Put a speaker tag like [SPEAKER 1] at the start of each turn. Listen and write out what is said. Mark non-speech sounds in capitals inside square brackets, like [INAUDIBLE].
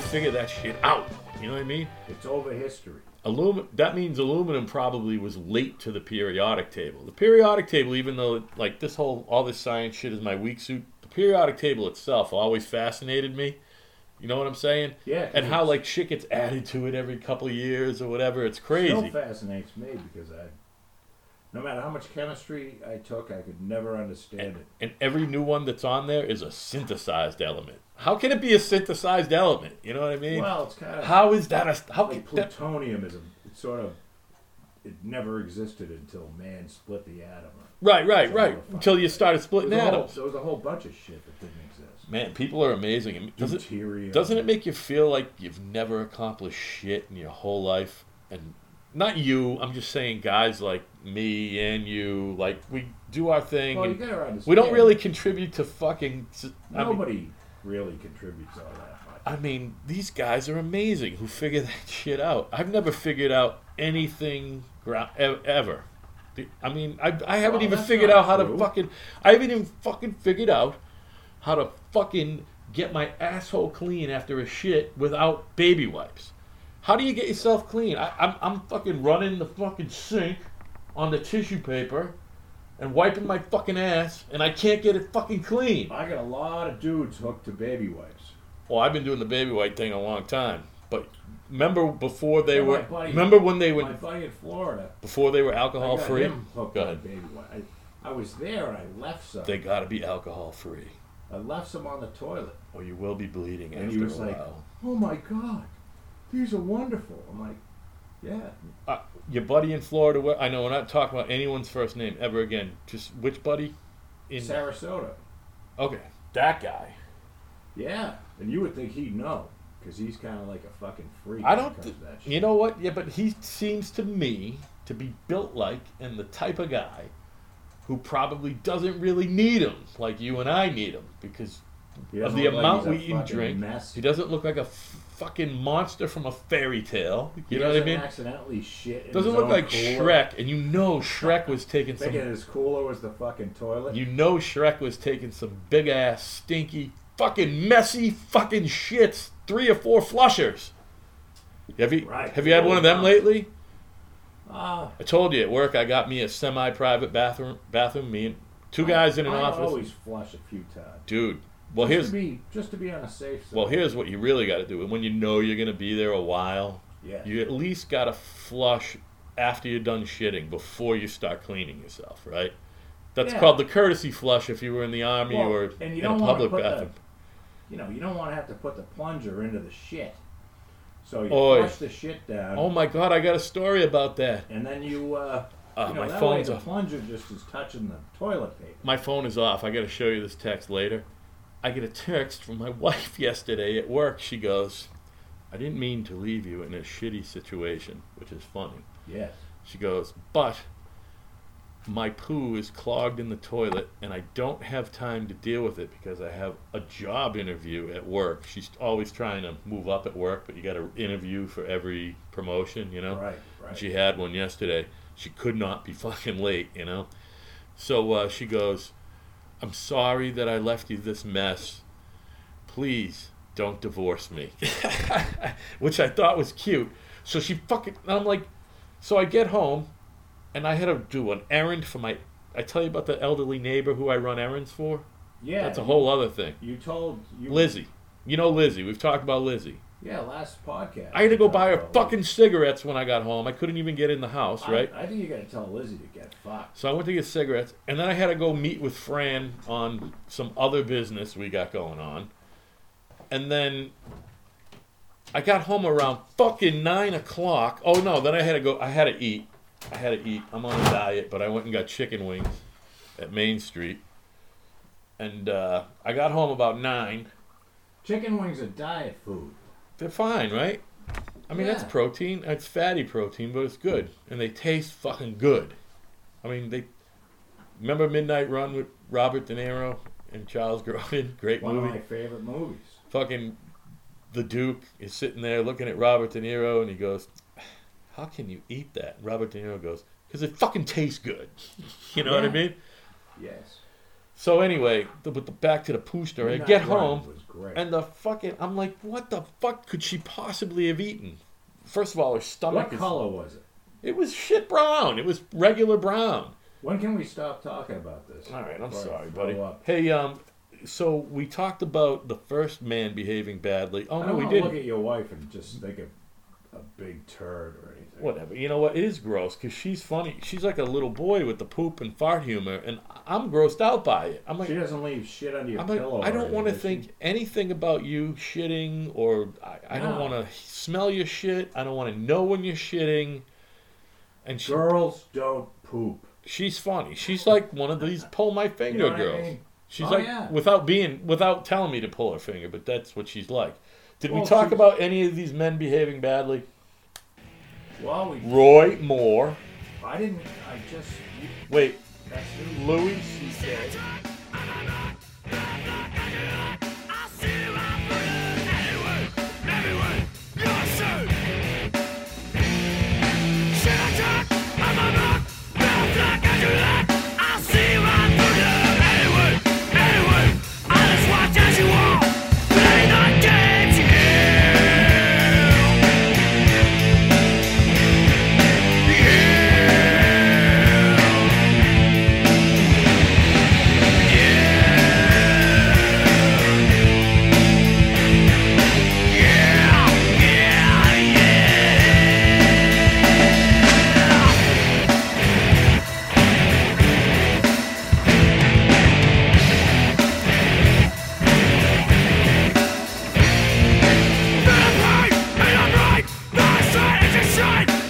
[SPEAKER 1] figure that shit out. You know what I mean?
[SPEAKER 2] It's over history.
[SPEAKER 1] Alum- that means aluminum probably was late to the periodic table. The periodic table, even though like this whole all this science shit is my weak suit, the periodic table itself always fascinated me. You know what I'm saying?
[SPEAKER 2] Yeah, 'cause
[SPEAKER 1] And how
[SPEAKER 2] it's-
[SPEAKER 1] like shit gets added to it every couple of years or whatever. It's
[SPEAKER 2] Still
[SPEAKER 1] crazy.
[SPEAKER 2] fascinates me because I, no matter how much chemistry I took, I could never understand it.
[SPEAKER 1] And every new one that's on there is a synthesized element. How can it be a synthesized element? You know what I mean?
[SPEAKER 2] Well, it's kind of
[SPEAKER 1] Eh. how is that a how
[SPEAKER 2] like
[SPEAKER 1] that-
[SPEAKER 2] plutonium is a it's sort of it never existed until man split the atom.
[SPEAKER 1] right, right, right?
[SPEAKER 2] It's all
[SPEAKER 1] Until you
[SPEAKER 2] fucking-
[SPEAKER 1] started
[SPEAKER 2] There
[SPEAKER 1] splitting
[SPEAKER 2] was, a whole,
[SPEAKER 1] atoms.
[SPEAKER 2] there was a whole bunch of shit that didn't exist.
[SPEAKER 1] Man, people are amazing. And does it-
[SPEAKER 2] Deuterium.
[SPEAKER 1] Doesn't it make you feel like you've never accomplished shit in your whole life? And not you, I'm just saying guys like me and you, like we do our thing
[SPEAKER 2] Well, you
[SPEAKER 1] and
[SPEAKER 2] gotta understand.
[SPEAKER 1] we don't really contribute to fucking I mean,
[SPEAKER 2] Nobody really contributes all that much.
[SPEAKER 1] I mean, these guys are amazing who figure that shit out. I've never figured out anything gra- e- ever. The- I mean, I, I haven't
[SPEAKER 2] Well,
[SPEAKER 1] even
[SPEAKER 2] that's
[SPEAKER 1] figured
[SPEAKER 2] not
[SPEAKER 1] out how to
[SPEAKER 2] true.
[SPEAKER 1] fucking. I haven't even fucking figured out how to fucking get my asshole clean after a shit without baby wipes. How do you get yourself clean? I, I'm, I'm fucking running the fucking sink on the tissue paper and wiping my fucking ass, and I can't get it fucking clean.
[SPEAKER 2] I got a lot of dudes hooked to baby wipes.
[SPEAKER 1] Well, I've been doing the baby white thing a long time, but remember before they
[SPEAKER 2] Yeah, my
[SPEAKER 1] were
[SPEAKER 2] buddy-
[SPEAKER 1] remember when they
[SPEAKER 2] My
[SPEAKER 1] would
[SPEAKER 2] buddy in Florida,
[SPEAKER 1] before they were
[SPEAKER 2] I
[SPEAKER 1] alcohol
[SPEAKER 2] got
[SPEAKER 1] free.
[SPEAKER 2] him hooked
[SPEAKER 1] Go
[SPEAKER 2] on
[SPEAKER 1] ahead.
[SPEAKER 2] baby wipes. I, I was there and I left some.
[SPEAKER 1] They gotta be alcohol free,
[SPEAKER 2] I left some on the toilet,
[SPEAKER 1] or you will be bleeding
[SPEAKER 2] and
[SPEAKER 1] after
[SPEAKER 2] he was
[SPEAKER 1] a
[SPEAKER 2] like,
[SPEAKER 1] while.
[SPEAKER 2] "Oh my god, these are wonderful." I'm like, "Yeah,
[SPEAKER 1] Uh, your buddy in Florida. where- I know we're not talking about anyone's first name ever again. Just which buddy? In
[SPEAKER 2] Sarasota."
[SPEAKER 1] okay, that guy.
[SPEAKER 2] Yeah, and you would think he'd know because he's kind of like a fucking freak.
[SPEAKER 1] I
[SPEAKER 2] when it
[SPEAKER 1] don't.
[SPEAKER 2] comes
[SPEAKER 1] Th-
[SPEAKER 2] to that shit.
[SPEAKER 1] you know what? Yeah, but he seems to me to be built like and the type of guy who probably doesn't really need him, like you and I need him, because
[SPEAKER 2] He
[SPEAKER 1] of
[SPEAKER 2] doesn't
[SPEAKER 1] the
[SPEAKER 2] look like
[SPEAKER 1] amount
[SPEAKER 2] he's a
[SPEAKER 1] we eat and
[SPEAKER 2] fucking
[SPEAKER 1] drink.
[SPEAKER 2] mess.
[SPEAKER 1] He doesn't look like a f- fucking monster from a fairy tale. You
[SPEAKER 2] He
[SPEAKER 1] know what I
[SPEAKER 2] doesn't
[SPEAKER 1] mean?
[SPEAKER 2] Accidentally shit. in
[SPEAKER 1] Doesn't
[SPEAKER 2] his
[SPEAKER 1] look
[SPEAKER 2] own
[SPEAKER 1] like
[SPEAKER 2] cooler.
[SPEAKER 1] Shrek, and you know Shrek was taking
[SPEAKER 2] Thinking
[SPEAKER 1] some.
[SPEAKER 2] his cooler was the fucking toilet.
[SPEAKER 1] You know Shrek was taking some big ass, stinky, fucking messy, fucking shits. Three or four flushers. Have you
[SPEAKER 2] Right.
[SPEAKER 1] have you had one of them lately?
[SPEAKER 2] Ah,
[SPEAKER 1] I told you at work I got me a semi-private bathroom. Bathroom. Me and two guys in an
[SPEAKER 2] Oh, I
[SPEAKER 1] office.
[SPEAKER 2] always flush a few times.
[SPEAKER 1] Dude, well
[SPEAKER 2] just
[SPEAKER 1] here's
[SPEAKER 2] to be just to be on a safe side.
[SPEAKER 1] well here's what you really got to do. And when you know you're gonna be there a while,
[SPEAKER 2] yeah.
[SPEAKER 1] You at least gotta flush after you're done shitting before you start cleaning yourself, right? That's
[SPEAKER 2] Yeah.
[SPEAKER 1] called the courtesy flush if you were in the army
[SPEAKER 2] Well,
[SPEAKER 1] or
[SPEAKER 2] and
[SPEAKER 1] in
[SPEAKER 2] you
[SPEAKER 1] a
[SPEAKER 2] don't wanna
[SPEAKER 1] public
[SPEAKER 2] put
[SPEAKER 1] bathroom.
[SPEAKER 2] you know, you don't want to have to put the plunger into the shit. So you
[SPEAKER 1] Oy.
[SPEAKER 2] flush the shit down,
[SPEAKER 1] Oh my god, I got a story about that.
[SPEAKER 2] and then you, uh,
[SPEAKER 1] Uh,
[SPEAKER 2] you know,
[SPEAKER 1] my
[SPEAKER 2] that
[SPEAKER 1] phone's
[SPEAKER 2] way the
[SPEAKER 1] off.
[SPEAKER 2] plunger just is touching the toilet paper.
[SPEAKER 1] My phone is off. I gotta show you this text later. I get a text from my [LAUGHS] wife yesterday at work. She goes, I didn't mean to leave you in a shitty situation, which is funny.
[SPEAKER 2] Yes.
[SPEAKER 1] She goes, But my poo is clogged in the toilet and I don't have time to deal with it because I have a job interview at work. She's always trying to move up at work, but you got to interview for every promotion, you know?
[SPEAKER 2] Right. Right.
[SPEAKER 1] She had one yesterday. She could not be [LAUGHS] fucking late, you know? So uh, she goes, I'm sorry that I left you this mess. Please don't divorce me. [LAUGHS] Which I thought was cute. So she fucking, and I'm like, so I get home and I had to do an errand for my, I tell you about the elderly neighbor who I run errands for?
[SPEAKER 2] yeah.
[SPEAKER 1] That's a whole other thing.
[SPEAKER 2] You told you
[SPEAKER 1] Lizzie. You know Lizzie. We've talked about Lizzie.
[SPEAKER 2] Yeah, last podcast.
[SPEAKER 1] I had to go
[SPEAKER 2] you
[SPEAKER 1] buy her
[SPEAKER 2] told-
[SPEAKER 1] fucking cigarettes when I got home. I couldn't even get in the house,
[SPEAKER 2] I-
[SPEAKER 1] right?
[SPEAKER 2] I, think you gotta tell Lizzie to get fucked.
[SPEAKER 1] So I went to get cigarettes, and then I had to go meet with Fran on some other business we got going on. And then I got home around fucking nine o'clock. Oh no, then I had to go. I had to eat. I had to eat. I'm on a diet, but I went and got chicken wings at Main Street. And uh, I got home about nine.
[SPEAKER 2] Chicken wings are diet food.
[SPEAKER 1] They're fine, right? I mean, that's
[SPEAKER 2] Yeah.
[SPEAKER 1] protein. It's fatty protein, but it's good, and they taste fucking good. I mean, they remember Midnight Run with Robert De Niro and Charles Grodin. [LAUGHS] Great
[SPEAKER 2] One of
[SPEAKER 1] movie.
[SPEAKER 2] my favorite movies.
[SPEAKER 1] Fucking the Duke is sitting there looking at Robert De Niro, and he goes, "How can you eat that?" [LAUGHS] Robert De Niro goes, "Cause it fucking tastes good." You know what I
[SPEAKER 2] Yeah.
[SPEAKER 1] mean?
[SPEAKER 2] Yes.
[SPEAKER 1] So anyway, the, but the, back to the Pushner. I
[SPEAKER 2] Midnight
[SPEAKER 1] get
[SPEAKER 2] Run
[SPEAKER 1] home,
[SPEAKER 2] Was great.
[SPEAKER 1] and the fucking I'm like, what the fuck could she possibly have eaten? First of all, her stomach
[SPEAKER 2] what
[SPEAKER 1] is
[SPEAKER 2] color was it?
[SPEAKER 1] it was shit brown. It was regular brown.
[SPEAKER 2] When can we stop talking about this?
[SPEAKER 1] All right, I'm
[SPEAKER 2] Before I
[SPEAKER 1] sorry,
[SPEAKER 2] throw
[SPEAKER 1] buddy.
[SPEAKER 2] up?
[SPEAKER 1] Hey, um, so we talked about the first man behaving badly. Oh
[SPEAKER 2] I
[SPEAKER 1] no,
[SPEAKER 2] don't
[SPEAKER 1] we
[SPEAKER 2] wanna
[SPEAKER 1] didn't.
[SPEAKER 2] look at your wife and just think of a big turd or anything.
[SPEAKER 1] Whatever. You know what? It is gross because she's funny. She's like a little boy with the poop and fart humor, and I'm grossed out by it. I'm like,
[SPEAKER 2] She doesn't leave shit under your
[SPEAKER 1] I'm
[SPEAKER 2] pillow.
[SPEAKER 1] like, I
[SPEAKER 2] or
[SPEAKER 1] don't want to
[SPEAKER 2] anything,
[SPEAKER 1] think anything about you shitting, or I, I don't
[SPEAKER 2] No.
[SPEAKER 1] want to smell your shit. I don't want to know when you're shitting. And
[SPEAKER 2] does
[SPEAKER 1] she,
[SPEAKER 2] she? Girls don't poop.
[SPEAKER 1] she's funny. She's like one of these pull my
[SPEAKER 2] You
[SPEAKER 1] finger
[SPEAKER 2] know what I
[SPEAKER 1] girls.
[SPEAKER 2] mean?
[SPEAKER 1] She's
[SPEAKER 2] Oh,
[SPEAKER 1] like
[SPEAKER 2] yeah.
[SPEAKER 1] without being without telling me to pull her finger, but that's what she's like. Did we
[SPEAKER 2] Well,
[SPEAKER 1] talk
[SPEAKER 2] she's-
[SPEAKER 1] about any of these men behaving badly?
[SPEAKER 2] Well, we,
[SPEAKER 1] Roy Moore.
[SPEAKER 2] I didn't. I just. You,
[SPEAKER 1] Wait,
[SPEAKER 2] that's it.
[SPEAKER 1] Louis C.K.
[SPEAKER 3] Shine!